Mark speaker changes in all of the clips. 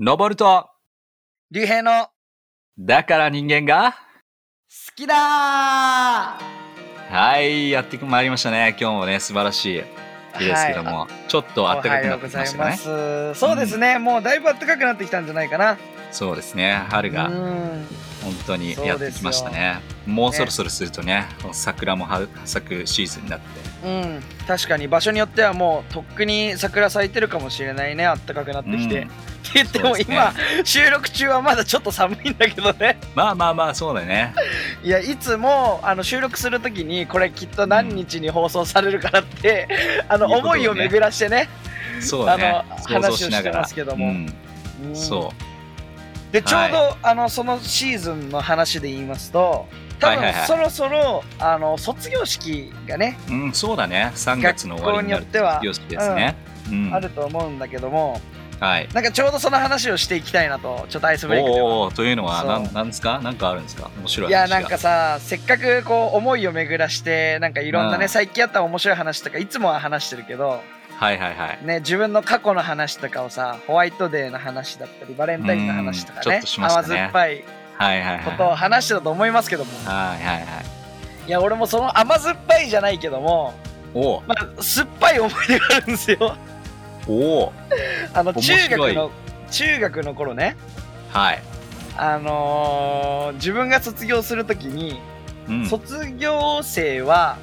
Speaker 1: 登ると、
Speaker 2: 竜兵の好
Speaker 1: だから人間が、
Speaker 2: きだ
Speaker 1: はい、やってまいりましたね。今日もね、素晴らしい日ですけども、ちょっと
Speaker 2: お
Speaker 1: 暖か
Speaker 2: は
Speaker 1: く
Speaker 2: よ
Speaker 1: なっ
Speaker 2: う
Speaker 1: てき
Speaker 2: ござ
Speaker 1: まし
Speaker 2: い
Speaker 1: たか
Speaker 2: ま
Speaker 1: ね。
Speaker 2: す、そうですね、もうだいぶ暖かくなってきたんじゃないかな
Speaker 1: そうですね、春
Speaker 2: う
Speaker 1: が
Speaker 2: ん
Speaker 1: 本当にやってきましたね。もうそろそろするとね、桜も春咲くシーズンになって。
Speaker 2: うん確かに場所によってはもうとっくに桜咲いてるかもしれないね暖かくなってきて、
Speaker 1: うん
Speaker 2: って言っても
Speaker 1: そうですね
Speaker 2: 今、収録中はまだちょっと寒いんだけどね
Speaker 1: まあまあまあ、そうだね。
Speaker 2: いやいつもあの収録するときにこれきっと何日に放送されるからって、あの
Speaker 1: いうことを
Speaker 2: 思
Speaker 1: ね
Speaker 2: いを巡らしてね
Speaker 1: そうだね
Speaker 2: あの。
Speaker 1: 想像しながら。
Speaker 2: 話をしてますけども
Speaker 1: うん
Speaker 2: うん
Speaker 1: そ
Speaker 2: でちょうど、
Speaker 1: は
Speaker 2: あのそのシーズンの話で言いますと多
Speaker 1: はいは
Speaker 2: 分
Speaker 1: いはい
Speaker 2: そろそろあの卒業式がね、
Speaker 1: う。うん、そうだね。3月の終わりになる
Speaker 2: 学校によっては
Speaker 1: 卒業式ですね。うん
Speaker 2: あると思うんだけども
Speaker 1: はい。
Speaker 2: なんかちょうどその話をしていきたいなとちょっとアイスブレイクでは
Speaker 1: おおーというのは
Speaker 2: そう
Speaker 1: なんなんですかなんかあるんですか面白い
Speaker 2: いや
Speaker 1: 話が
Speaker 2: なんかさせっかくこう思いを巡らしてなんかいろんなね、
Speaker 1: うん
Speaker 2: 最近あった面白い話とかいつもは話してるけど、
Speaker 1: はいはいはい
Speaker 2: ね、自分の過去の話とかをさホワイトデーの話だったりバレンタインの話とか
Speaker 1: うんちょ
Speaker 2: ね
Speaker 1: っとしました
Speaker 2: 甘
Speaker 1: ね
Speaker 2: 酸っぱい
Speaker 1: はいはいはい
Speaker 2: ことを話してたと思いますけども
Speaker 1: はいはいはい
Speaker 2: いや俺もその甘酸っぱいじゃないけども、
Speaker 1: お
Speaker 2: まあ、酸っぱい思い出があるんですよ
Speaker 1: おおー
Speaker 2: あの
Speaker 1: 面
Speaker 2: 中
Speaker 1: 白い
Speaker 2: 学の中学の頃ね
Speaker 1: はい
Speaker 2: あのー自分が卒業するときに、
Speaker 1: うん
Speaker 2: 卒業生は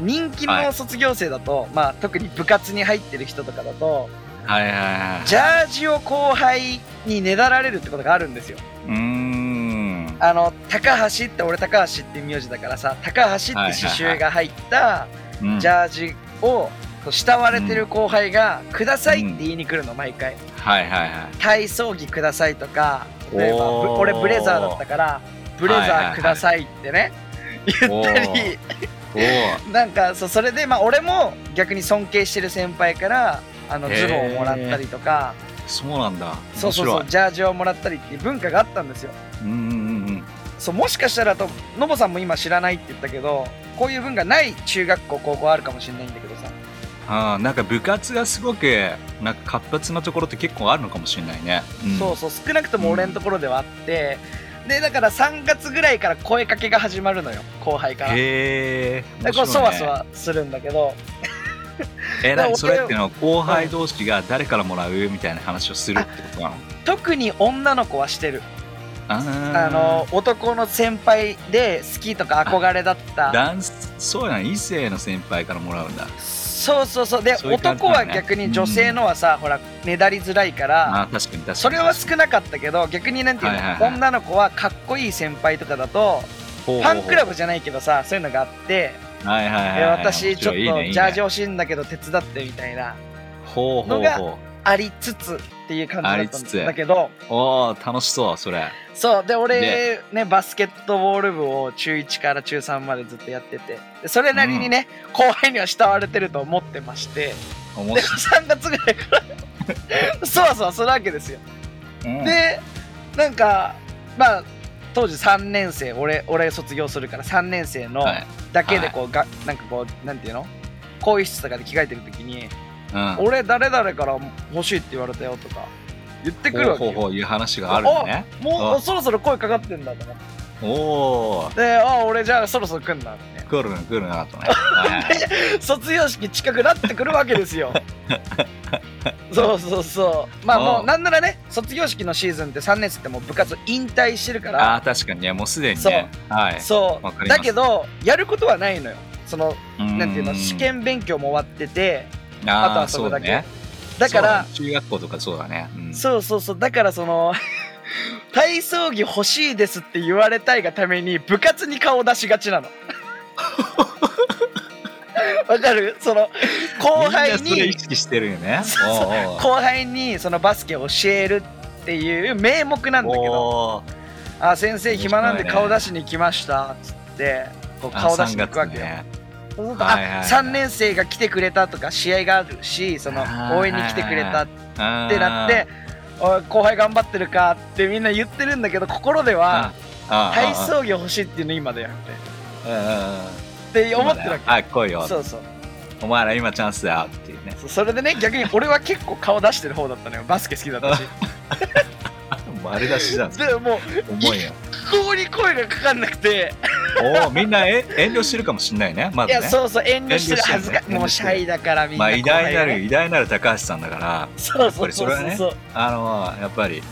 Speaker 2: 人気
Speaker 1: は
Speaker 2: の
Speaker 1: い
Speaker 2: 卒業生だと、まあ特に部活に入ってる人とかだと
Speaker 1: はいはいはい
Speaker 2: ジャージを後輩にねだられるってことがあるんですよ
Speaker 1: うーん
Speaker 2: あの高橋って俺高橋って名字だからさ高橋って刺繍が入った
Speaker 1: うん
Speaker 2: ジャージをこう慕われてる後輩が「ください」って言いに来るの毎回
Speaker 1: はいはいはい
Speaker 2: 「体操着ください」とか例えばぶ
Speaker 1: おー
Speaker 2: 俺ブレザーだったから「ブレ
Speaker 1: はいはい
Speaker 2: ザ
Speaker 1: は
Speaker 2: ー
Speaker 1: い
Speaker 2: ください」ってね言ったり
Speaker 1: おー
Speaker 2: なんかそうそれでまあ俺も逆に尊敬してる先輩からあの
Speaker 1: へー
Speaker 2: ズボンをもらったりとか
Speaker 1: そうなんだ
Speaker 2: そ
Speaker 1: 面
Speaker 2: うそう
Speaker 1: 白
Speaker 2: そ
Speaker 1: いう
Speaker 2: ジャージをもらったりっていう文化があったんですよ
Speaker 1: うんうんうん
Speaker 2: そうもしかしたらとのぼさんも今知らないって言ったけどこういう文化ない中学校高校あるかもしれないんだけどさ
Speaker 1: あーなんか部活がすごくなんか活発なところって結構あるのかもしれないね、ん
Speaker 2: そうそう少なくとも俺のところではあって、でだから3月ぐらいから声かけが始まるのよ後輩から。
Speaker 1: へえ
Speaker 2: でこうそわそわするんだけど
Speaker 1: え
Speaker 2: だから
Speaker 1: 何
Speaker 2: 俺
Speaker 1: それっていうのは後輩同士が誰からもらうみたいな話をするってことなの
Speaker 2: 特に女の子はしてる、
Speaker 1: あー
Speaker 2: あの男の先輩で好きとか憧れだった
Speaker 1: ダンスそうやな異性の先輩からもらうんだ
Speaker 2: そうそうそうで
Speaker 1: そういう感じ
Speaker 2: 男
Speaker 1: だね
Speaker 2: は逆に女性のはさ、ほらねだりづらいから
Speaker 1: あー確かに確かに
Speaker 2: それは少なかったけど逆になんていうの、
Speaker 1: はいはいはい
Speaker 2: 女の子はかっこいい先輩とかだと
Speaker 1: フ
Speaker 2: ファンクラブじゃないけどさそういうのがあって、
Speaker 1: はいはいはい
Speaker 2: え
Speaker 1: はい
Speaker 2: 私ちょっと
Speaker 1: 面白い
Speaker 2: ジ
Speaker 1: いいねいいね
Speaker 2: ャージ欲しいんだけど手伝ってみたいな
Speaker 1: ほうほうほ
Speaker 2: ありつつっていう感じだったん
Speaker 1: ありつつ
Speaker 2: だけど
Speaker 1: うおー楽しそうそれ
Speaker 2: そうで俺ねバスケットボール部を中1から中3までずっとやっててでそれなりにね、後輩には慕われてると思ってまして
Speaker 1: 面
Speaker 2: で
Speaker 1: 白
Speaker 2: 3月ぐらいからそわそわするわけですよ、
Speaker 1: い、うん
Speaker 2: でなんかまあ当時3年生俺俺卒業するから3年生の
Speaker 1: はい
Speaker 2: だけでこう、がなんかこうなんていうの更衣室とかで着替えてる時に
Speaker 1: うん
Speaker 2: 「俺誰々から欲しいって言われたよ」とか言ってくるわけ
Speaker 1: ほうほう
Speaker 2: よ
Speaker 1: ほういう話があるのね
Speaker 2: も
Speaker 1: あ
Speaker 2: うそろそろ声かかってんだと思って。
Speaker 1: おー
Speaker 2: で、あ、俺じゃあそろそろ来 んなって。
Speaker 1: 来るの来るな とね、はいはい
Speaker 2: 卒業式近くなってくるわけで すよ。そうそうそう。まあも
Speaker 1: う
Speaker 2: う、
Speaker 1: ん
Speaker 2: なんならね、卒業式のシーズンって3年生ってもう部活引退してるか
Speaker 1: あ
Speaker 2: ら、
Speaker 1: ー確かにねもうすでに
Speaker 2: そう
Speaker 1: ねはい
Speaker 2: そ
Speaker 1: わか
Speaker 2: う。
Speaker 1: ります
Speaker 2: だけど、やることはないのよ。その、
Speaker 1: うー
Speaker 2: なんていうの、試験勉強も終わってて、あと
Speaker 1: あ
Speaker 2: は
Speaker 1: ー
Speaker 2: そ
Speaker 1: そ
Speaker 2: こ
Speaker 1: う
Speaker 2: だ
Speaker 1: だ
Speaker 2: け
Speaker 1: ね
Speaker 2: だか
Speaker 1: そう
Speaker 2: ら、
Speaker 1: だね中学校とかそうだね、うん
Speaker 2: そうそうそう、だからその、 体操着欲しいですって言われたいがために部活に顔を出しが ちなの。わかるその後
Speaker 1: みん
Speaker 2: 輩
Speaker 1: なそれ
Speaker 2: に
Speaker 1: 意識してるよね
Speaker 2: そうそう
Speaker 1: おー
Speaker 2: 後輩にそのバスケを教えるっていう名目なんだけど
Speaker 1: おー
Speaker 2: 「あ先生暇なんで
Speaker 1: 面白い
Speaker 2: 顔
Speaker 1: ね
Speaker 2: 出しに来ました」っつってこう
Speaker 1: あ
Speaker 2: 顔出しに行くわけ
Speaker 1: 3
Speaker 2: よ。
Speaker 1: 月ね
Speaker 2: そうすると
Speaker 1: はいはいは
Speaker 2: あ
Speaker 1: い
Speaker 2: 3年生が来てくれたとか試合があるしその
Speaker 1: あー
Speaker 2: 応援に来てくれたっ
Speaker 1: って
Speaker 2: なって「おい後輩頑張ってるか」ってみんな言ってるんだけど心では「体
Speaker 1: 体
Speaker 2: 操着欲しい」っていうの今だよってって思
Speaker 1: 思
Speaker 2: ってるわけ。
Speaker 1: はい来いよ
Speaker 2: そうそう
Speaker 1: お前ら今チャンスだよっていうね
Speaker 2: そうそれでね逆に俺は結構顔出してる方だったのよバスケ好きだったし
Speaker 1: 丸出しじゃん。
Speaker 2: でもう
Speaker 1: 重いよ。
Speaker 2: ここに声がかかんなくて、
Speaker 1: おお、みんなえ遠慮してるかもしんないね。ま
Speaker 2: い
Speaker 1: ずね
Speaker 2: や。そうそう遠慮し
Speaker 1: 遠慮してる
Speaker 2: てる
Speaker 1: ね
Speaker 2: 恥ずか
Speaker 1: 遠慮してる
Speaker 2: もうシャイだからみんな
Speaker 1: まあ
Speaker 2: 怖い
Speaker 1: 偉
Speaker 2: よ
Speaker 1: 大
Speaker 2: ね、
Speaker 1: なる、偉大なる高橋さんだから、
Speaker 2: そ
Speaker 1: や
Speaker 2: うそう
Speaker 1: っぱりそ
Speaker 2: そう
Speaker 1: れ
Speaker 2: そ
Speaker 1: は
Speaker 2: う
Speaker 1: ね
Speaker 2: そう
Speaker 1: あのやっぱり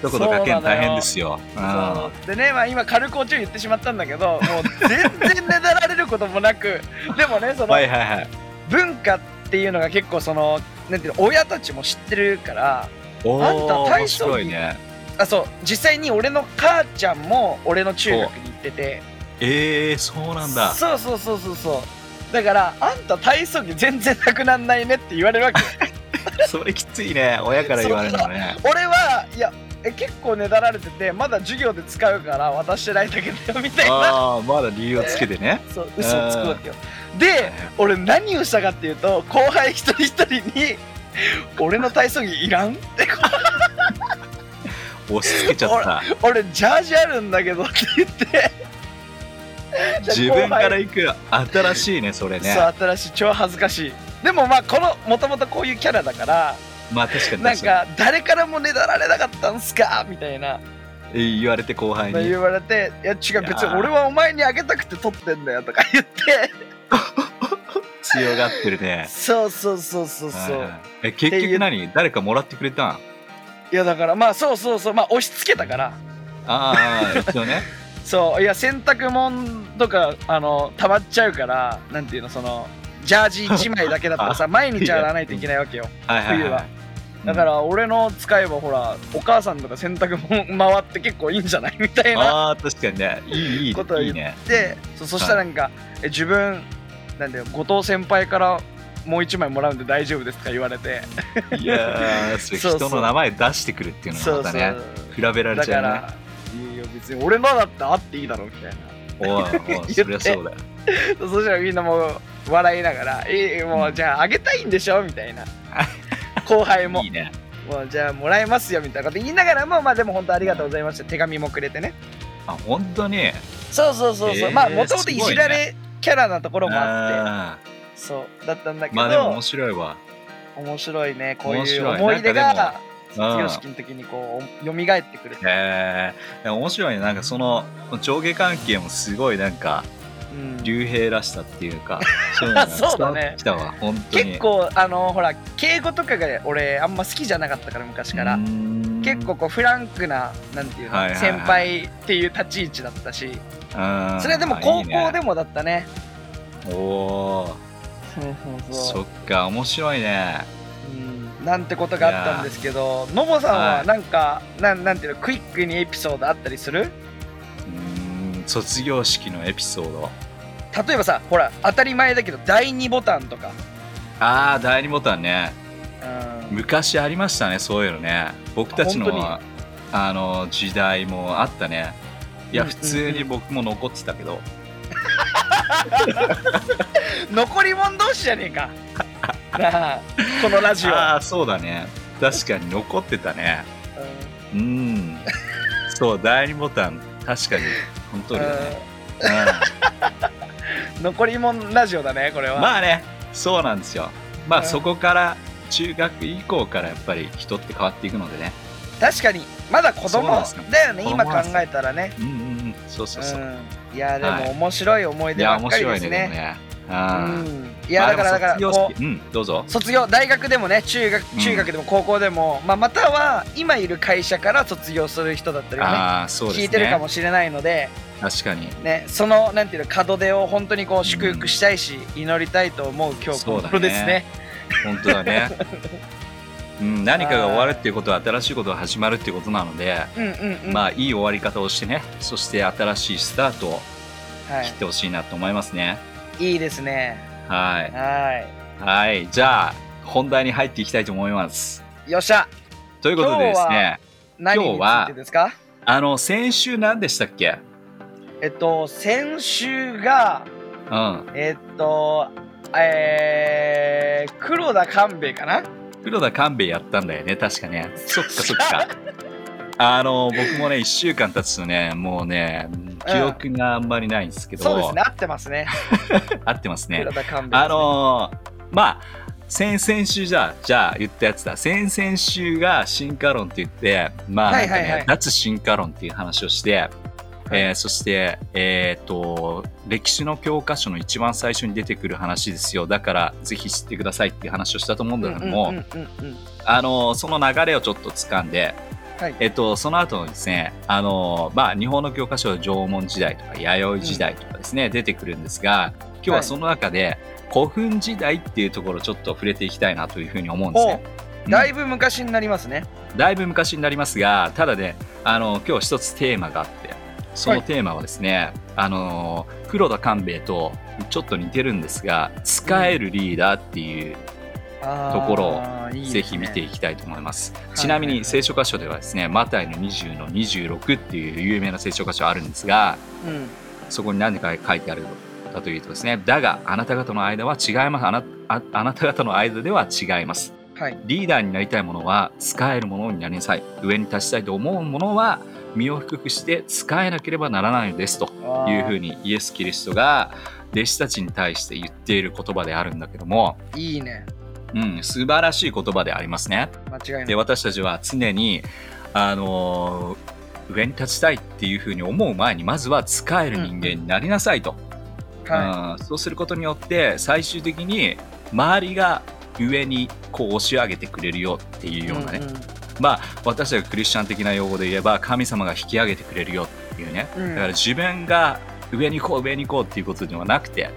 Speaker 1: 一言かけんの大変ですよ。うん
Speaker 2: そうでね、まあ、今軽くおちょ言ってしまったんだけどもう全然ねだられることもなく でもねその
Speaker 1: はいはいはい。
Speaker 2: 文化っていうのが結構そのなんていうの親たちも知ってるから
Speaker 1: お
Speaker 2: あんた
Speaker 1: お、面
Speaker 2: 大将
Speaker 1: 白いね。
Speaker 2: あそう実際に俺の母ちゃんも俺の中学に行ってて
Speaker 1: ええー、そうなんだ。
Speaker 2: そうそうそうそうそうだからあんた体操着全然なくなんないねって言われるわけ
Speaker 1: それきついね。親から言われるのね。
Speaker 2: 俺はいやえ結構ねだられててまだ授業で使うから渡してないだけだよみたいな
Speaker 1: ああ、まだ理由をつけてね。
Speaker 2: そう嘘をつくわけよで俺何をしたかっていうと後輩一人一人に「俺の体操着いらん?」 って
Speaker 1: 押し付けちゃ った。
Speaker 2: 「俺ジャージあるんだけど」って言って
Speaker 1: 自分から行く新しいね、それね
Speaker 2: そ。う新しい超恥ずかしいでもまあこのもともとこういうキャラだから
Speaker 1: まあ確かに
Speaker 2: なん
Speaker 1: 確か
Speaker 2: か誰からもねだられなかったんすかみたいな
Speaker 1: に言われて後輩に。
Speaker 2: 言われて「いや違う
Speaker 1: いや
Speaker 2: 別に俺はお前にあげたくて撮ってんだよ」とか 言って
Speaker 1: 強がってるね。
Speaker 2: そうそうそうそうそ
Speaker 1: はいは
Speaker 2: う
Speaker 1: いえ結局何誰かもらってくれたんあ
Speaker 2: いやだからまあそうそうそうまあ押し付けたから
Speaker 1: あ、一 応ね。
Speaker 2: そういや洗濯物とかあの溜まっちゃうからなんていうのそのジャージ1枚だけだったら さ毎日洗わないといけないわけよ
Speaker 1: はいはい、
Speaker 2: 冬
Speaker 1: は。
Speaker 2: はいだから俺の使えばほらお母さんとか洗濯物回って結構いいんじゃないみたいな
Speaker 1: ああ確かにねいいいい
Speaker 2: こと
Speaker 1: い
Speaker 2: を言
Speaker 1: い
Speaker 2: っ
Speaker 1: ね
Speaker 2: でそそしたらなんか、え自分なんだよ後藤先輩からもう1枚もらうんで大丈夫ですとか言われて、
Speaker 1: いやーそれ
Speaker 2: そうそ
Speaker 1: 人
Speaker 2: う
Speaker 1: の名前出してくるっていうの
Speaker 2: そ
Speaker 1: が
Speaker 2: う
Speaker 1: ま
Speaker 2: そ
Speaker 1: た
Speaker 2: う
Speaker 1: ね比べられ
Speaker 2: だ
Speaker 1: ちゃ
Speaker 2: か
Speaker 1: うね
Speaker 2: らいいよ別に俺のだったらあっていいだろうみたいな
Speaker 1: おいおいそりゃそうだよ
Speaker 2: そしたらみんなもう笑いながら「えーもうじゃああげたいんでしょ?」みた いな後輩も
Speaker 1: いいね
Speaker 2: もうじゃあもらえますよ」みたいなこと言いながらもまあでも本当ありがとうございました手紙もくれてね
Speaker 1: あ本当に
Speaker 2: そうそうそうそ
Speaker 1: え
Speaker 2: う、
Speaker 1: ー
Speaker 2: まあもとも
Speaker 1: す
Speaker 2: とい
Speaker 1: ごいね
Speaker 2: じられキャラなところもあって
Speaker 1: あ
Speaker 2: そうだったんだ
Speaker 1: ー
Speaker 2: けど、
Speaker 1: まあでも面白いわ
Speaker 2: 面白いねこう
Speaker 1: 面
Speaker 2: いう
Speaker 1: 白い
Speaker 2: 思い出
Speaker 1: なんか
Speaker 2: が
Speaker 1: で
Speaker 2: 卒
Speaker 1: も
Speaker 2: 業式の時にこうよみがえってくれて、
Speaker 1: へえ面白いねなんかその上下関係もすごいなんか
Speaker 2: うん
Speaker 1: 竜兵らしさっていう かそういうのが
Speaker 2: そうだ
Speaker 1: 伝わって
Speaker 2: ね
Speaker 1: きたわ本当に
Speaker 2: 結構あのほら敬語とかが俺あんま好きじゃなかったから昔から
Speaker 1: う。ーん
Speaker 2: 結構こうフランクななんていうの、
Speaker 1: はいはいはい
Speaker 2: 先輩っていう立ち位置だったし
Speaker 1: うん
Speaker 2: それでも
Speaker 1: あ
Speaker 2: 高
Speaker 1: いい
Speaker 2: 校
Speaker 1: ね
Speaker 2: でもだったね
Speaker 1: おおーそっか面白いね
Speaker 2: うんなんてことがあったんですけどのぼさん
Speaker 1: は
Speaker 2: はいなんか、なんなんていうのクイックにエピソードあったりする
Speaker 1: うーん卒業式のエピソード
Speaker 2: 例えばさほら当たり前だけど第2ボタンとか、
Speaker 1: ああ第二ボタンね
Speaker 2: うん
Speaker 1: 昔ありましたねそういうのね僕たちの
Speaker 2: あ本
Speaker 1: あの時代もあったねいや
Speaker 2: うんうん
Speaker 1: 普
Speaker 2: うん
Speaker 1: 通に僕も残ってたけど、
Speaker 2: 残り物同士じゃねえかなあこのラジ オ、
Speaker 1: ああそうだね確かに残ってたねうんそう第二ボタン確かに本当
Speaker 2: うん
Speaker 1: にだね、
Speaker 2: うん残り物ラジオだねこれ
Speaker 1: う
Speaker 2: は、
Speaker 1: んまあねそうなんですよまあ
Speaker 2: うん
Speaker 1: そこから中学以降からやっぱり人って変わっていくのでね
Speaker 2: 確かにまだ子
Speaker 1: そう
Speaker 2: 供
Speaker 1: なんですよ
Speaker 2: だよね
Speaker 1: 子供
Speaker 2: 今
Speaker 1: なん
Speaker 2: 考
Speaker 1: ですよ
Speaker 2: えたらね
Speaker 1: うんうんうんそうそうそう、
Speaker 2: うん、いやで
Speaker 1: はい
Speaker 2: も面白い思い
Speaker 1: い
Speaker 2: 出ば
Speaker 1: や
Speaker 2: っ
Speaker 1: 面
Speaker 2: かり
Speaker 1: 白
Speaker 2: で
Speaker 1: い
Speaker 2: す
Speaker 1: ね
Speaker 2: ね。
Speaker 1: でもねうん
Speaker 2: うん、いやだからだから
Speaker 1: まあでも
Speaker 2: こ
Speaker 1: 卒業式うんどうぞ
Speaker 2: う卒業大学でもね中学
Speaker 1: うん
Speaker 2: 中学でも高校でも、まあ、または今いる会社から卒業する人だったりをね
Speaker 1: ああそうですね
Speaker 2: 聞いてるかもしれないので、
Speaker 1: 確かに
Speaker 2: ね、そのなんていうの門出を本当にこう祝福したいし、祈りたいと思う今日
Speaker 1: そ
Speaker 2: こ
Speaker 1: うだね
Speaker 2: のですね
Speaker 1: 本当だ ね、うん、何かが終わるっていうことは新しいことが始まるっていうことなので、
Speaker 2: う,、んうんうん
Speaker 1: まあいい終わり方をしてねそして新しいスタートを
Speaker 2: は
Speaker 1: 切ってほしいなと思いますね
Speaker 2: い、いいですね
Speaker 1: はい
Speaker 2: は
Speaker 1: はいじゃあ本題に入っていきたいと思います
Speaker 2: いよっしゃ
Speaker 1: ということでですね
Speaker 2: 何についてですか
Speaker 1: あの先週何でしたっけ
Speaker 2: えっと先週が
Speaker 1: うん
Speaker 2: えっと、えー、黒田勘兵衛かな
Speaker 1: 黒田勘兵衛やったんだよね確かねそっかそっ かあの僕もね1週間経つとねもうね記憶があんまりないんですけど、
Speaker 2: そうですね、合ってますね。
Speaker 1: 合ってますね
Speaker 2: 黒田勘兵衛ですね、
Speaker 1: あのーまあ先々週じゃあ、じゃあ言ったやつだ。先々週が進化論って言って、まあなんかね、
Speaker 2: はいはいはい
Speaker 1: 脱進化論っていう話をして、えーそして、えっと、歴史の教科書の一番最初に出てくる話ですよ。だから、ぜひ知ってくださいっていう話をしたと思うんだけども、
Speaker 2: うんうんうんうん
Speaker 1: あの、その流れをちょっと掴んで、
Speaker 2: はい
Speaker 1: えっと、その後のですね、あの、まあ、日本の教科書は縄文時代とか弥生時代とかですね、出てくるんですが、今日ははいその中で、古墳時代っていうところをちょっと触れていきたいなというふうに思うんです
Speaker 2: ほ
Speaker 1: ね。
Speaker 2: うだいぶ昔になりますね。
Speaker 1: だいぶ昔になりますが、ただね、あの、今日一つテーマがあって、そのテーマはですね、あの、黒田官兵衛とちょっと似てるんですが、使えるリーダーっていう
Speaker 2: と
Speaker 1: ところを
Speaker 2: を
Speaker 1: ぜひ見ていきたいと思います。
Speaker 2: い
Speaker 1: ちなみに聖書箇所ではですね、マタイの20の26っていう有名な聖書箇所あるんですが、
Speaker 2: うん、
Speaker 1: そこに何か書いてあるかというとですね、だがあなた方の間は違います。あなああなた方の間では違います。
Speaker 2: はい、
Speaker 1: リーダーになりたいものは使えるものになりなさい。上に立ちたいと思うものは身を低くして使えなければならないのですというふうにイエス・キリストが弟子たちに対して言っている言葉であるんだけども、
Speaker 2: あーいいね
Speaker 1: うん、素晴らしい言葉でありますね。
Speaker 2: 間違いな
Speaker 1: で
Speaker 2: い
Speaker 1: 私たちは常に、あのー上に立ちたいっていうふうに思う前にまずは使える人間になりなさいと、
Speaker 2: は
Speaker 1: うんそうすることによって最終的に周りが上にこう押し上げてくれるよってい
Speaker 2: いう
Speaker 1: ようなね、
Speaker 2: ん
Speaker 1: まあ私たちがクリスチャン的な用語で言えば神様が引き上げてくれるよっていうね
Speaker 2: うんうん
Speaker 1: だから自分が上に行こう上に行こうっていうことではなくて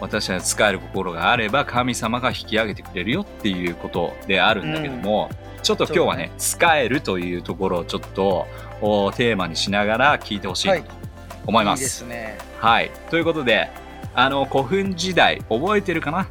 Speaker 1: 私たちが使える心があれば神様が引き上げてくれるよっていうことであるんだけども、ちょっと今日はね使えるというところをちょっとおテーマにしながら聞いてほしいなと思いま。
Speaker 2: いですすね
Speaker 1: はい、ということであの古墳時代覚えてるかな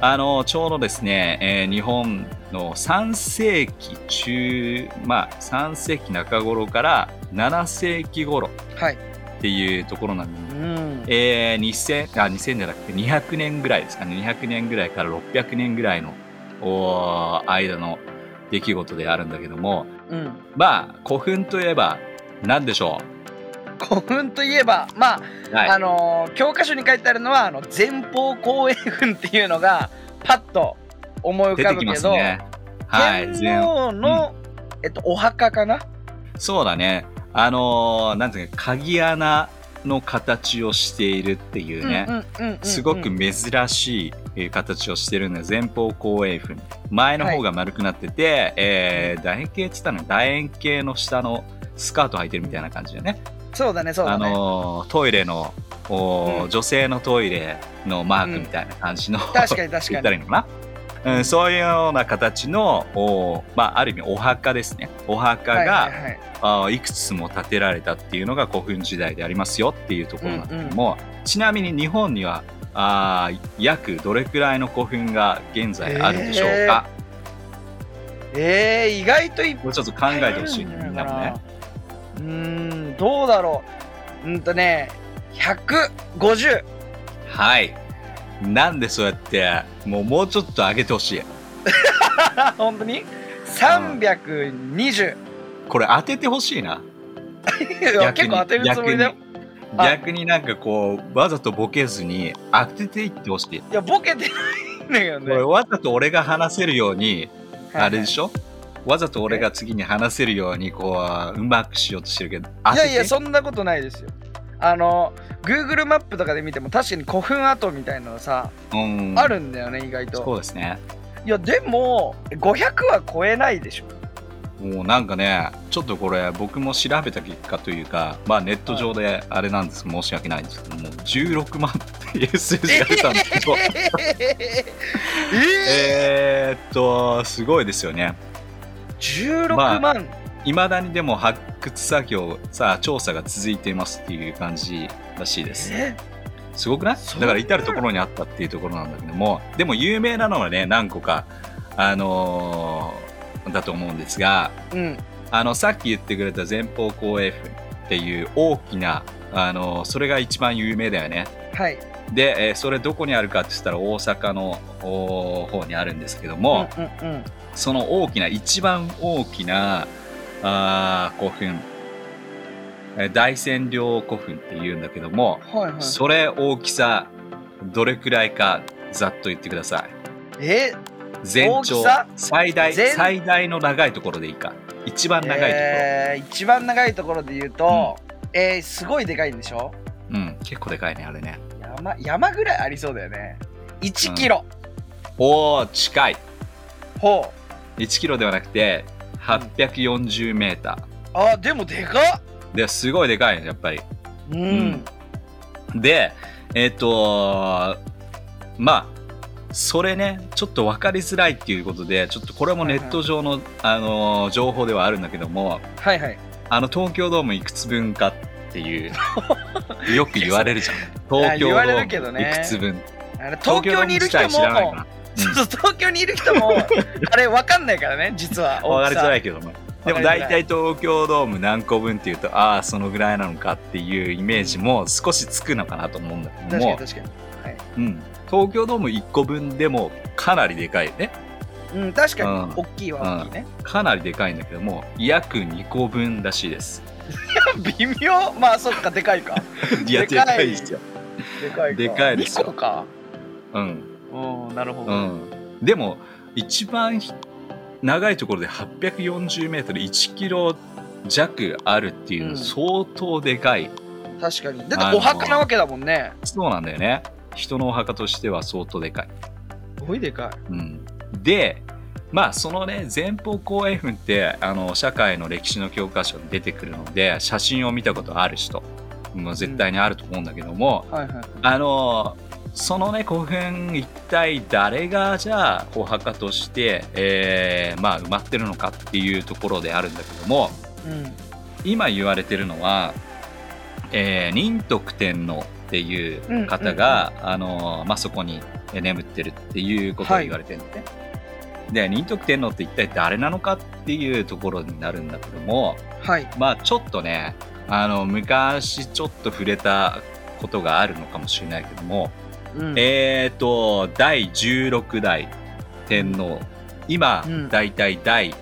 Speaker 1: あのちょうどですね、えー日本の3世紀中、まあ、3世紀中頃から7世紀頃
Speaker 2: はい
Speaker 1: っていうところなんで
Speaker 2: うん
Speaker 1: えー、2000あ2000じゃなくて200年ぐらいですかね200年ぐらいから600年ぐらいのおー間の出来事であるんだけども
Speaker 2: うん
Speaker 1: まあ古墳といえば何でしょ
Speaker 2: 古墳といえばまあ、
Speaker 1: う、はい
Speaker 2: あのー教科書に書いてあるのはあの前方後円墳っていうのがパッと思い浮
Speaker 1: 出
Speaker 2: か
Speaker 1: て
Speaker 2: ぶ
Speaker 1: き
Speaker 2: け
Speaker 1: ます
Speaker 2: ど、
Speaker 1: ねはい
Speaker 2: 天
Speaker 1: 全
Speaker 2: 皇の、えっとお墓かな
Speaker 1: そうだねあのーなんていうか鍵穴の形をしているっていうね、
Speaker 2: うんうんうんうん
Speaker 1: すごく珍しいえー形をしてるので前方後円墳前の方が丸くなってて、えー楕円形って言ったのに楕円形の下のスカート履いてるみたいな感じでね
Speaker 2: そうだねそう
Speaker 1: あ
Speaker 2: だね
Speaker 1: のートイレのおー、
Speaker 2: うん
Speaker 1: 女性のトイレのマークみたいな感じの、
Speaker 2: 確か
Speaker 1: 言
Speaker 2: に確か
Speaker 1: った
Speaker 2: に
Speaker 1: らいいのかな、うん、そういうような形のおー、まあ、ある意味お墓ですねお墓が、
Speaker 2: はいいはいはい
Speaker 1: あーいくつも建てられたっていうのが古墳時代でありますよっていうところなんだけども、ちなみに日本にはあー約どれくらいの古墳が現在あるんでしょうか、
Speaker 2: えー、意外といっ
Speaker 1: これちょっと考えてほしいねみ
Speaker 2: 入る
Speaker 1: ん
Speaker 2: んじ
Speaker 1: な
Speaker 2: ゃ
Speaker 1: も
Speaker 2: な
Speaker 1: ね
Speaker 2: いかなうーんどうだろううんとね150
Speaker 1: はいなんでそうやってもうもうちょっと上げてほしい
Speaker 2: あ 本当に320、
Speaker 1: これ当ててほしいない
Speaker 2: や結構当てるつもりだよ
Speaker 1: 逆に逆になんかこうわざとボケずに当てていってほしい、
Speaker 2: いやボケてないんだけど
Speaker 1: こ
Speaker 2: ね
Speaker 1: れわざと俺が話せるようにあれでしょわざと俺が次に話せるようにこううまくしようとしてるけど
Speaker 2: いやいや
Speaker 1: そ
Speaker 2: そんなことないですよあの Google マップとかで見ても確かに古墳跡みたいなのさ、
Speaker 1: うん
Speaker 2: あるんだよね意外
Speaker 1: そ
Speaker 2: と
Speaker 1: うですね
Speaker 2: いやでも500は超えないで しょ
Speaker 1: もうなんかねちょっとこれ僕も調べた結果というかまあネット上であれなんです、申し訳ないんですけども16万っていう数字が出たんですけど
Speaker 2: え
Speaker 1: えーっとすごいですよね
Speaker 2: ー、16
Speaker 1: まあ
Speaker 2: 万、
Speaker 1: いまだにでも発掘作業さ調査が続いていますっていう感じらしいです
Speaker 2: え
Speaker 1: すごくない
Speaker 2: そんな
Speaker 1: だから至る所にあったっていうところなんだけどもでも有名なのはね何個かあのーだと思うんですが
Speaker 2: うん
Speaker 1: あのさっき言ってくれた前方後円墳っていう大きなあのそれが一番有名だよね
Speaker 2: はい
Speaker 1: で、えーそれどこにあるかって言ったら大阪のおー方にあるんですけども、
Speaker 2: うんうんうん
Speaker 1: その大きな一番大きなあー古墳えー大仙陵古墳っていうんだけども
Speaker 2: はいはい
Speaker 1: それ大きさどれくらいかざっと言ってください
Speaker 2: え
Speaker 1: 全
Speaker 2: 大き
Speaker 1: 長
Speaker 2: さ
Speaker 1: 最大
Speaker 2: 全
Speaker 1: 最大の長いところでいいか一番長いところ、
Speaker 2: えー一番長いところで言うと、えーすごいでかいんでしょ
Speaker 1: うん結構でかいねあれね
Speaker 2: 山山ぐらいありそうだよね1キロ、
Speaker 1: おお近い
Speaker 2: ほう
Speaker 1: 1キロではなくて840メータ
Speaker 2: あでもでかっ
Speaker 1: ーですごいでかいねやっぱり
Speaker 2: うん、
Speaker 1: んでえっ、とまあそれねちょっと分かりづらいっていうことでちょっとこれもネット上の、あのー情報ではあるんだけども
Speaker 2: はいはい
Speaker 1: あの東京ドームいくつ分かっていう よく言われるじゃん東京
Speaker 2: 言
Speaker 1: ド
Speaker 2: われるけ
Speaker 1: ー
Speaker 2: ど
Speaker 1: ム
Speaker 2: ね
Speaker 1: いくつ分
Speaker 2: あれ東京にいる人も
Speaker 1: 東京ドーム自体知らないかな
Speaker 2: そうそう東京にいる人もあれ分かんないからね 実は
Speaker 1: 分
Speaker 2: 大
Speaker 1: か
Speaker 2: き
Speaker 1: り
Speaker 2: さ
Speaker 1: づらいけどもでも大体東京ドーム何個分っていうとああそのぐらいなのかっていうイメージも少しつくのかなと思うんだけど
Speaker 2: 確かに
Speaker 1: も、
Speaker 2: 確か
Speaker 1: うん、東京ドーム1個分でもかなりでかいよね
Speaker 2: にうん確か
Speaker 1: うん
Speaker 2: に大きいは大きいね、
Speaker 1: かなりでかいんだけども約2個分らしいです
Speaker 2: 微妙まあそっかでかいか
Speaker 1: いや
Speaker 2: で
Speaker 1: で
Speaker 2: かい
Speaker 1: かいですよ、
Speaker 2: でかいか
Speaker 1: でかいですよ
Speaker 2: 2個か
Speaker 1: うん
Speaker 2: うんなるほど、
Speaker 1: うん、でも一番ひ長いところで 840m1 キロ弱あるっていう
Speaker 2: うん
Speaker 1: の相当でかい、
Speaker 2: 確かにだっ
Speaker 1: あ
Speaker 2: て
Speaker 1: の
Speaker 2: お墓なわけだもんね
Speaker 1: そうなんだよね人のお墓としては相当でかい
Speaker 2: すごいでか
Speaker 1: うん、でまあそのね前方後円墳ってあの社会の歴史の教科書に出てくるので写真を見たことある人も絶対にあると思うんだけども、
Speaker 2: いはいはい
Speaker 1: あのそのね古墳一体誰がじゃあお墓として、えーまあ埋まってるのかっていうところであるんだけども
Speaker 2: うん
Speaker 1: 今言われてるのは、えー仁徳天皇っていう方が、あのーまあ、そこにえー眠ってるっていうことを言われてるんでね、で仁徳天皇って一体誰なのかっていうところになるんだけども
Speaker 2: はい
Speaker 1: まあちょっとねあの昔ちょっと触れたことがあるのかもしれないけども、
Speaker 2: うん
Speaker 1: えっ、と第16代天皇今、
Speaker 2: うん
Speaker 1: だいたい第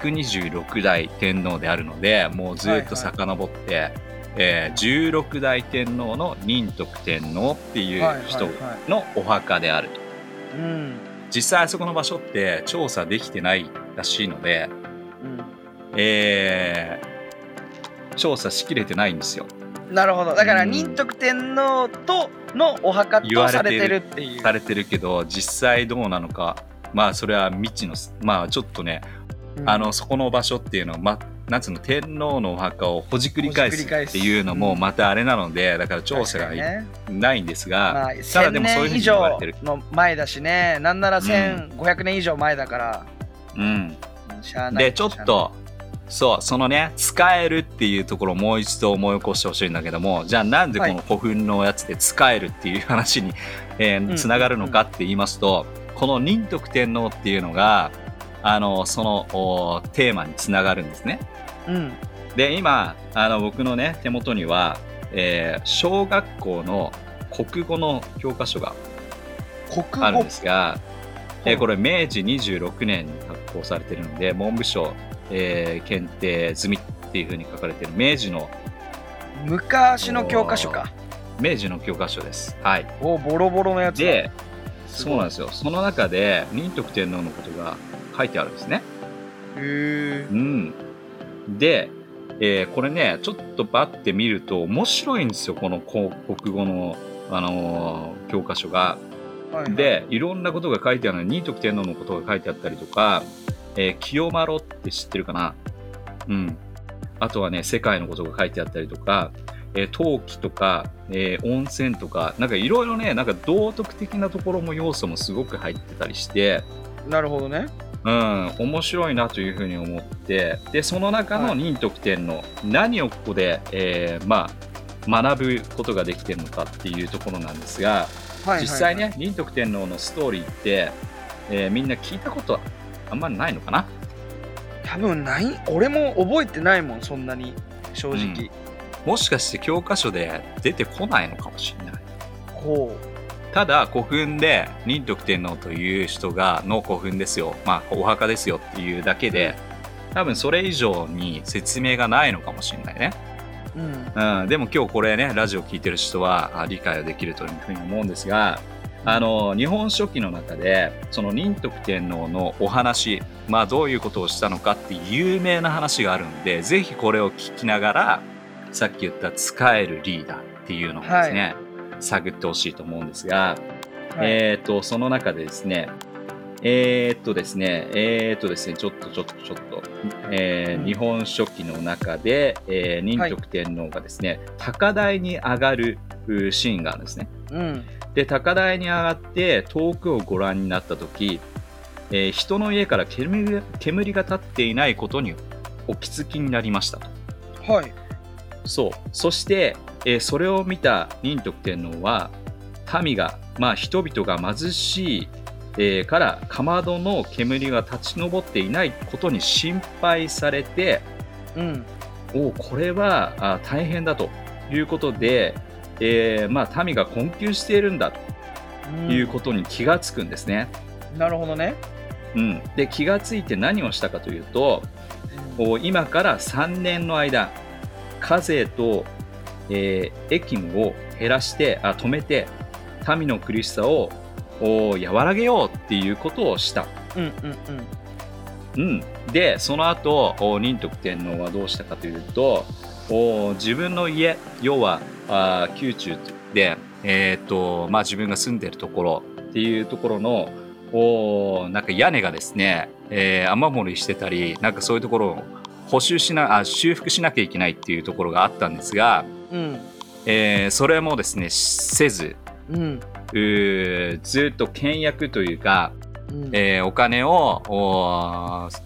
Speaker 1: 126代天皇であるのでもうずっと遡って、えー16代天皇の仁徳天皇っていう人
Speaker 2: はいはいはい
Speaker 1: のお墓であると、
Speaker 2: うん
Speaker 1: 実際そこの場所って調査できてないらしいので、えー調査しきれてないんですよ
Speaker 2: うんなるほどだから
Speaker 1: うん
Speaker 2: 仁徳天皇とのお墓
Speaker 1: 言
Speaker 2: と
Speaker 1: われ
Speaker 2: さ
Speaker 1: て
Speaker 2: れ
Speaker 1: る
Speaker 2: てるっていう
Speaker 1: されてるけど実際どうなのかまあそれは未知のまあちょっとね
Speaker 2: うん
Speaker 1: あのそこの場所っていうのは、ま、なんつうの天皇のお墓をほじくり返
Speaker 2: ほじ
Speaker 1: す
Speaker 2: くり返
Speaker 1: っ
Speaker 2: す
Speaker 1: ていうのもまたあれなのでだから調査が
Speaker 2: 確かにね
Speaker 1: ないんですが、
Speaker 2: まあ、
Speaker 1: ただ
Speaker 2: 1000
Speaker 1: でもそういうふう
Speaker 2: 年以
Speaker 1: に言われ
Speaker 2: 上
Speaker 1: てる、
Speaker 2: の前だしねなんなら
Speaker 1: うん
Speaker 2: 1500年以上前だから、
Speaker 1: うん、
Speaker 2: うんしゃあない
Speaker 1: でちょっとそうそのね使えるっていうところをもう一度思い起こしてほしいんだけどもじゃあなんでこ
Speaker 2: は
Speaker 1: の古墳のやつで使えるっていう話に、え
Speaker 2: うん
Speaker 1: つながるのかって言いますと、この仁徳天皇っていうのがあのそのおテーマにつながるんですね。
Speaker 2: うん
Speaker 1: で今あの僕のね手元には、えー小学校の国語の教科書があ
Speaker 2: 国
Speaker 1: るん
Speaker 2: 語
Speaker 1: ですが、えーこれ明治26年に発行されてるので文部省、えー検定済みっていうふうに書かれてる明治の
Speaker 2: 昔の教科書か
Speaker 1: 明治の教科書です。はい、
Speaker 2: おボロボロのやつだ
Speaker 1: です
Speaker 2: ごい
Speaker 1: そうなんですよその中で仁徳天皇のことが書いてあるんですね。
Speaker 2: へ
Speaker 1: うん、で、えーこれねちょっとバッて見ると面白いんですよこのこう国語の、あのー教科書が。
Speaker 2: え、はいはい、
Speaker 1: でいろんなことが書いてあるのに仁徳天皇のことが書いてあったりとか、えー清丸って知ってるかなうん。あとはね世界のことが書いてあったりとか、えー陶器とか、えー温泉とかなんかいろいろねなんか道徳的なところも要素もすごく入ってたりして。
Speaker 2: なるほどね
Speaker 1: うん、面白いなというふうに思ってでその中の仁徳天皇、何をここで、えーまあ、学ぶことができてるのかっていうところなんですが、
Speaker 2: はいはいはい
Speaker 1: 実際ね仁徳天皇のストーリーって、えーみんな聞いたことはあんまりないのかな
Speaker 2: 多分ない俺も覚えてないもんそんなに正直、
Speaker 1: もしかして教科書で出てこないのかもしれない
Speaker 2: こ
Speaker 1: ただ古墳で仁徳天皇という人がの古墳ですよまあお墓ですよっていうだけで多分それ以上に説明がないのかもしれないね
Speaker 2: ううん
Speaker 1: うん、でも今日これねラジオ聞いてる人はあ理解はできるというふうに思うんですがあの日本書紀の中でその仁徳天皇のお話、まあ、どういうことをしたのかって有名な話があるんでぜひこれを聞きながらさっき言った使えるリーダーっていうのをですね、探ってほしいと思うんですが、
Speaker 2: はい
Speaker 1: えっ、とその中でですねえーっとですね、えーっとですね、ちょっとちょっとちょっと、えー
Speaker 2: うん
Speaker 1: 日本書紀の中で、えー仁徳天皇がですね、高台に上がるうーシーンがあるんですね。
Speaker 2: うん
Speaker 1: で高台に上がって遠くをご覧になった時、えー人の家から煙が煙が立っていないことにお気づきになりましたと
Speaker 2: はい
Speaker 1: そうそして、えーそれを見た仁徳天皇は民がまあ人々が貧しい、えーからかまどの煙が立ち上っていないことに心配されて
Speaker 2: うん
Speaker 1: おうこれはあ大変だということで、えーまあ、民が困窮しているんだということに気がつくんですね。
Speaker 2: となるほどね
Speaker 1: うん、で気がついて何をしたかというとこう今から3年の間課税と、えー、役務を減らしてあ止めて民の苦しさをお和らげようっていうことをした、
Speaker 2: うんうんうん
Speaker 1: うん、でその後お仁徳天皇はどうしたかというとお自分の家要はあー宮中で、えーとまあ、自分が住んでるところっていうところのおーなんか屋根がですね、えー雨漏りしてたりなんかそういうところを補修しなあ修復しなきゃいけないっていうところがあったんですが、
Speaker 2: うん
Speaker 1: えーそれもですねせず
Speaker 2: う
Speaker 1: う
Speaker 2: ん
Speaker 1: ーずっと倹約というか、
Speaker 2: うん
Speaker 1: えーお金をおー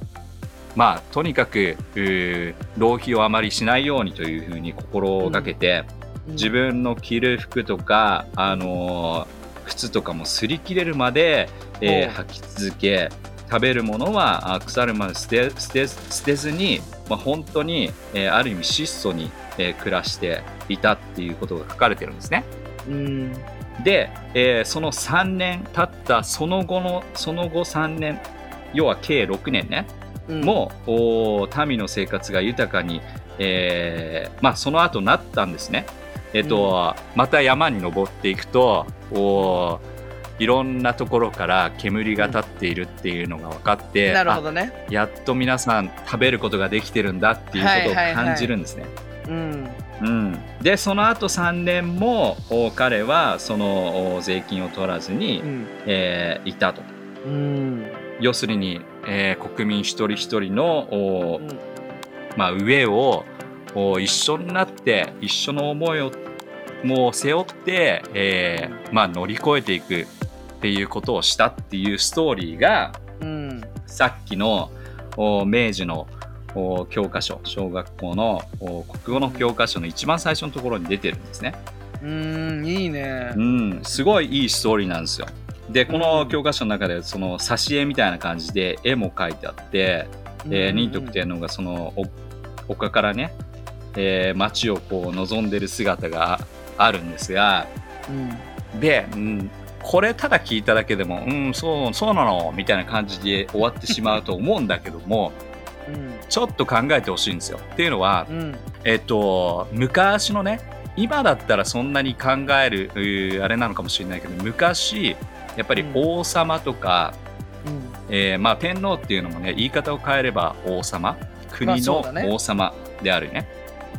Speaker 1: まあとにかくうー浪費をあまりしないようにというふうに心がけて、自分の着る服とか、あのー靴とかも擦り切れるまで、えー
Speaker 2: おう
Speaker 1: 履き続け食べるものはあ腐るまで捨て捨て捨てずに、まあ、本当に、えーある意味質素に、えー暮らしていたっていうことが書かれてるんですね。
Speaker 2: うん
Speaker 1: で、えーその3年経ったその後のその後3年要は計6年ね、
Speaker 2: うん
Speaker 1: もうおー民の生活が豊かに、えーまあ、その後なったんですね、えっとまた山に登っていくとおーいろんなところから煙が立っているっていうのが分かって、
Speaker 2: なるほ
Speaker 1: あ
Speaker 2: どね
Speaker 1: やっと皆さん食べることができてるんだっていうことを感じるんですね。
Speaker 2: うん
Speaker 1: うん、でその後3年もお彼はそのお税金を取らずに、
Speaker 2: うん
Speaker 1: えーいたと
Speaker 2: うん
Speaker 1: 要するに、えー国民一人一人のお
Speaker 2: う、ん
Speaker 1: まあ、上をお一緒になって一緒の思いをもう背負って、えーまあ、乗り越えていくっていうことをしたっていうストーリーが
Speaker 2: うん
Speaker 1: さっきのお明治のお教科書小学校のお国語の教科書の一番最初のところに出てるんですね。
Speaker 2: うんいいね
Speaker 1: うん、すごいいいストーリーなんですよ。でこ
Speaker 2: う
Speaker 1: の
Speaker 2: ん
Speaker 1: 教科書の中でその挿絵みたいな感じで絵も描いてあって、えー仁徳天皇がそのお丘からね、えー街をこう望んでる姿があるんですが
Speaker 2: うん
Speaker 1: で、うん、これただ聞いただけでも「うんそうそうなの」みたいな感じで終わってしまうと思うんだけども
Speaker 2: うん
Speaker 1: ちょっと考えてほしいんですよ。っていうのは
Speaker 2: うん
Speaker 1: えっと、昔のね今だったらそんなに考えるうーあれなのかもしれないけど昔やっぱり王様とか、
Speaker 2: うん
Speaker 1: えーまあ、天皇っていうのもね言い方を変えれば王様国の
Speaker 2: そうだね
Speaker 1: 王様であるよね。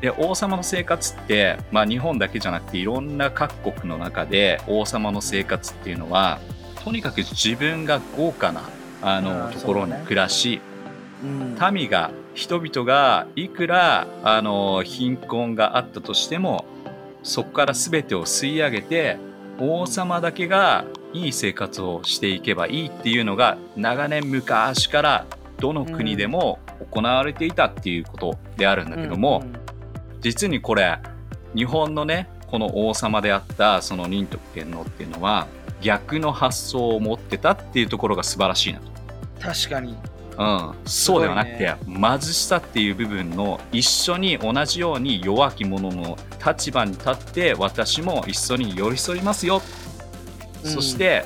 Speaker 1: で王様の生活って、まあ、日本だけじゃなくていろんな各国の中で王様の生活っていうのはとにかく自分が豪華なあの
Speaker 2: あー
Speaker 1: ところ
Speaker 2: そう
Speaker 1: に
Speaker 2: だね
Speaker 1: 暮らし、
Speaker 2: うん
Speaker 1: 民が人々がいくらあの貧困があったとしてもそこから全てを吸い上げて王様だけがいい生活をしていけばいいっていうのが長年昔からどの国でも行われていたっていうことであるんだけども、実にこれ日本のねこの王様であったその仁徳天皇っていうのは逆の発想を持ってたっていうところが素晴らしいなと
Speaker 2: うん確かに
Speaker 1: うん、そうではなくて、
Speaker 2: す
Speaker 1: 貧しさっていう部分の一緒に同じように弱き者の立場に立って私も一緒に寄り添いますよ、
Speaker 2: うん
Speaker 1: そして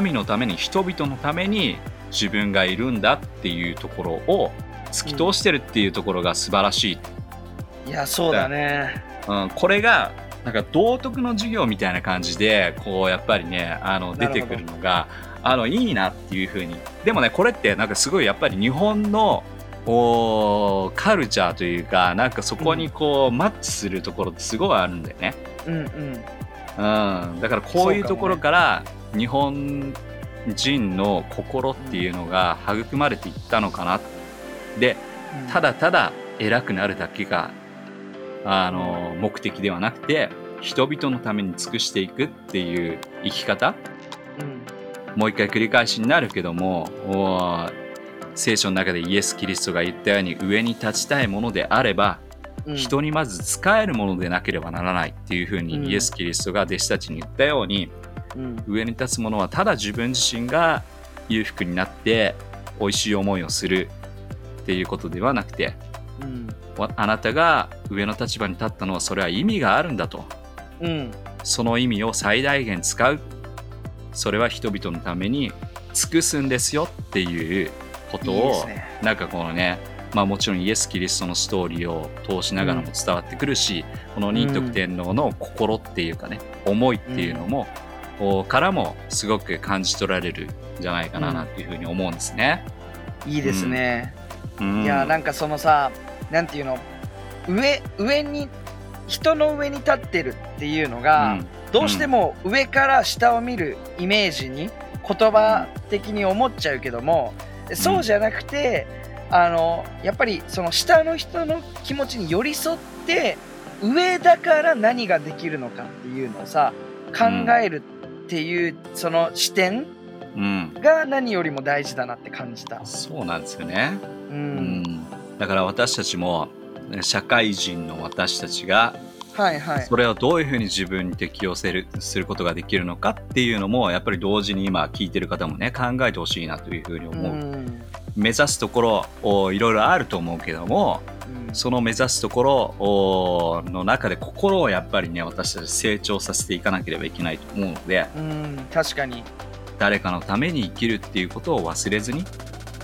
Speaker 1: 民のために人々のために自分がいるんだっていうところを突き通してるっていうところが素晴らしい、
Speaker 2: いやそうだね
Speaker 1: うんこれがなんか道徳の授業みたいな感じでこうやっぱりねあの
Speaker 2: な
Speaker 1: 出
Speaker 2: るほど
Speaker 1: てくるのがあのいいなっていう風にでもねこれってなんかすごいやっぱり日本のこうカルチャーというかなんかそこにこう、マッチするところってすごいあるんだよね、
Speaker 2: うんうん
Speaker 1: うん、だからこうい
Speaker 2: そうかも
Speaker 1: う
Speaker 2: ね
Speaker 1: ところから日本人の心っていうのが育まれていったのかなでただただ偉くなるだけがあの目的ではなくて人々のために尽くしていくっていう生き方
Speaker 2: うん
Speaker 1: もう一回繰り返しになるけどもおー聖書の中でイエス・キリストが言ったように上に立ちたいものであれば
Speaker 2: うん
Speaker 1: 人にまず使えるものでなければならないっていうふう
Speaker 2: うん
Speaker 1: にイエス・キリストが弟子たちに言ったように
Speaker 2: うん
Speaker 1: 上に立つものはただ自分自身が裕福になって美味しい思いをするっていうことではなくて
Speaker 2: うん
Speaker 1: わあなたが上の立場に立ったのはそれは意味があるんだと
Speaker 2: うん
Speaker 1: その意味を最大限使うそれは人々のために尽くすんですよっていうこと
Speaker 2: いいです
Speaker 1: を
Speaker 2: ね
Speaker 1: なんかこのねまあもちろんイエス・キリストのストーリーを通しながらも伝わってくるし、この仁徳天皇の心っていうかね思いっていうのも、おからもすごく感じ取られるんじゃないかななっていうふうに思うんですね。
Speaker 2: いいですね、
Speaker 1: うん
Speaker 2: いやなんかそのさなんていうの上上に人の上に立ってるっていうの
Speaker 1: う
Speaker 2: が、
Speaker 1: ん
Speaker 2: どうしても上から下を見るイメージに言葉的に思っちゃうけどもそうじゃなくてあのやっぱりその下の人の気持ちに寄り添って上だから何ができるのかっていうのをさ考えるっていうその視点
Speaker 1: うん、
Speaker 2: が何よりも大事だなって感じた。
Speaker 1: そうなんですよね。
Speaker 2: う、
Speaker 1: うんん、だから私たちも社会人の私たちが
Speaker 2: はいはい。
Speaker 1: それをどういうふうに自分に適用せるすることができるのかっていうのもやっぱり同時に今聞いてる方もね考えてほしいなというふうに
Speaker 2: う
Speaker 1: 思う、
Speaker 2: ん
Speaker 1: 目指すところおいろいろあると思うけども
Speaker 2: うん
Speaker 1: その目指すところおの中で心をやっぱりね私たち成長させていかなければいけないと思うので
Speaker 2: うん、確かに。
Speaker 1: 誰かのために生きるっていうことを忘れずに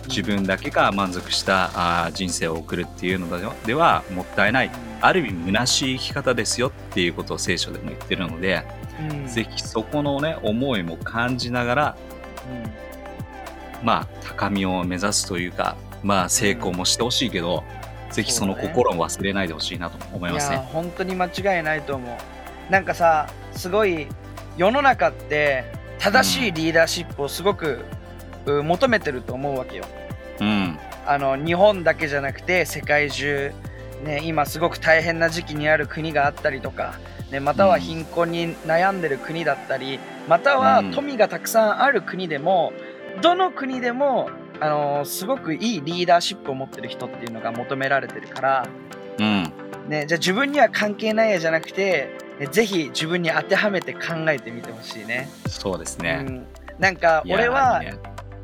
Speaker 1: 自分だけが満足したあー人生を送るっていうのではではもったいないある意味虚しい生き方ですよっていうことを聖書でも言ってるので、
Speaker 2: うん、
Speaker 1: ぜひそこのね思いも感じながらまあ高みを目指すというかまあ成功もしてほしいけど、ぜひその心を忘れないでほしいなと思い
Speaker 2: い
Speaker 1: ます
Speaker 2: や
Speaker 1: ね。
Speaker 2: 本当に間違いないと思うなんかさすごい世の中って正しいリーダーシップをすごく、う求めてると思うわけよ
Speaker 1: うん
Speaker 2: あの日本だけじゃなくて世界中、ね、今すごく大変な時期にある国があったりとか、ね、または貧困に悩んでる国だったりまたは
Speaker 1: うん
Speaker 2: 富がたくさんある国でもどの国でもあのすごくいいリーダーシップを持ってる人っていうのが求められてるから、
Speaker 1: うん
Speaker 2: ね、じゃあ自分には関係ないやじゃなくて、ね、ぜひ自分に当てはめて考えてみてほしいね。
Speaker 1: そうです
Speaker 2: う
Speaker 1: ね。
Speaker 2: ん、なんか
Speaker 1: いや
Speaker 2: 俺はい
Speaker 1: いね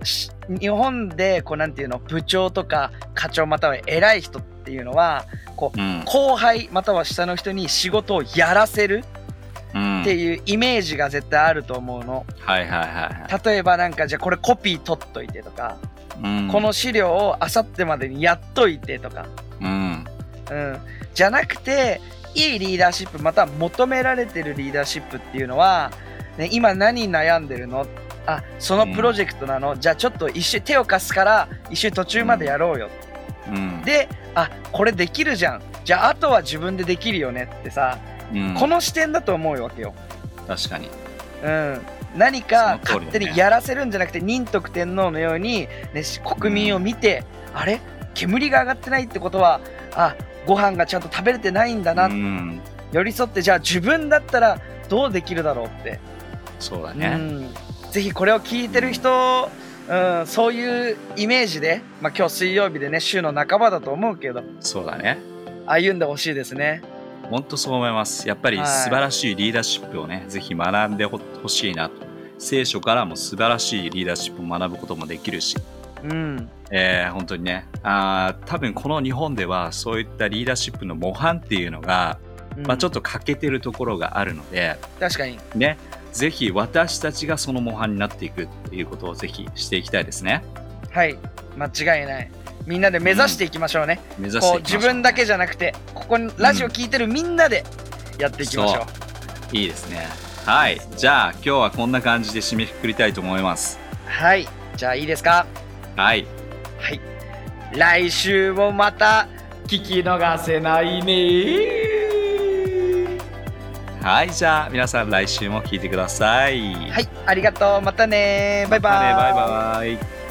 Speaker 2: し日本でこうなんていうの部長とか課長または偉い人っていうのは
Speaker 1: うん
Speaker 2: 後輩または下の人に仕事をやらせる
Speaker 1: うん
Speaker 2: っていうイメージが絶対あると思うの。
Speaker 1: はいはいはいは
Speaker 2: 例えばなんかじゃあこれコピー取っといてとか、
Speaker 1: い。うん
Speaker 2: この資料をあさってまでにやっといてとか
Speaker 1: うん
Speaker 2: うん、じゃなくていいリーダーシップまたは求められてるリーダーシップっていうのは、ね、今何悩んでるのあそのプロジェクトなの、じゃあちょっと一周手を貸すから一周途中までやろうよ、
Speaker 1: うん
Speaker 2: であこれできるじゃんじゃああとは自分でできるよねってさ、
Speaker 1: うん
Speaker 2: この視点だと思うわけよ。
Speaker 1: 確かに。
Speaker 2: うん何か
Speaker 1: その通り
Speaker 2: 勝
Speaker 1: だね
Speaker 2: 手にやらせるんじゃなくて仁徳天皇のように、ね、し国民を見て、あれ煙が上がってないってことはあご飯がちゃんと食べれてないんだなっ
Speaker 1: うん
Speaker 2: 寄り添ってじゃあ自分だったらどうできるだろうって、
Speaker 1: そうだね。
Speaker 2: うん、ぜひこれを聞いてる人、うん、そういうイメージで、まあ、今日水曜日でね週の半ばだと思うけど
Speaker 1: そうだね。
Speaker 2: 歩んでほしいですね
Speaker 1: 本当そう思います。やっぱり
Speaker 2: はい
Speaker 1: 素晴らしいリーダーシップをね、ぜひ学んでほほしいなと。聖書からも素晴らしいリーダーシップを学ぶこともできるし、
Speaker 2: うん
Speaker 1: えー本当にね、あー多分この日本ではそういったリーダーシップの模範っていうのが、
Speaker 2: うん
Speaker 1: まあ、ちょっと欠けてるところがあるので、
Speaker 2: 確かに
Speaker 1: ね、ぜひ私たちがその模範になっていくっていうことをぜひしていきたいですね。
Speaker 2: はい間違いないみんなで目指していきましょうね、
Speaker 1: 目指していきましょ
Speaker 2: こ
Speaker 1: う
Speaker 2: う自分だけじゃなくてここにラジオ聞いてるみんなで、やっていきましょう。
Speaker 1: いいですね。はい。じゃあ今日はこんな感じで締めくくりたいと思います。
Speaker 2: はい。じゃあいいですか
Speaker 1: はい。
Speaker 2: はい。来週もまた聞き逃せないね。
Speaker 1: はい。じゃあ皆さん来週も聞いてください。
Speaker 2: はい。ありがとう。またね。バイバイ。
Speaker 1: またねバイバイ。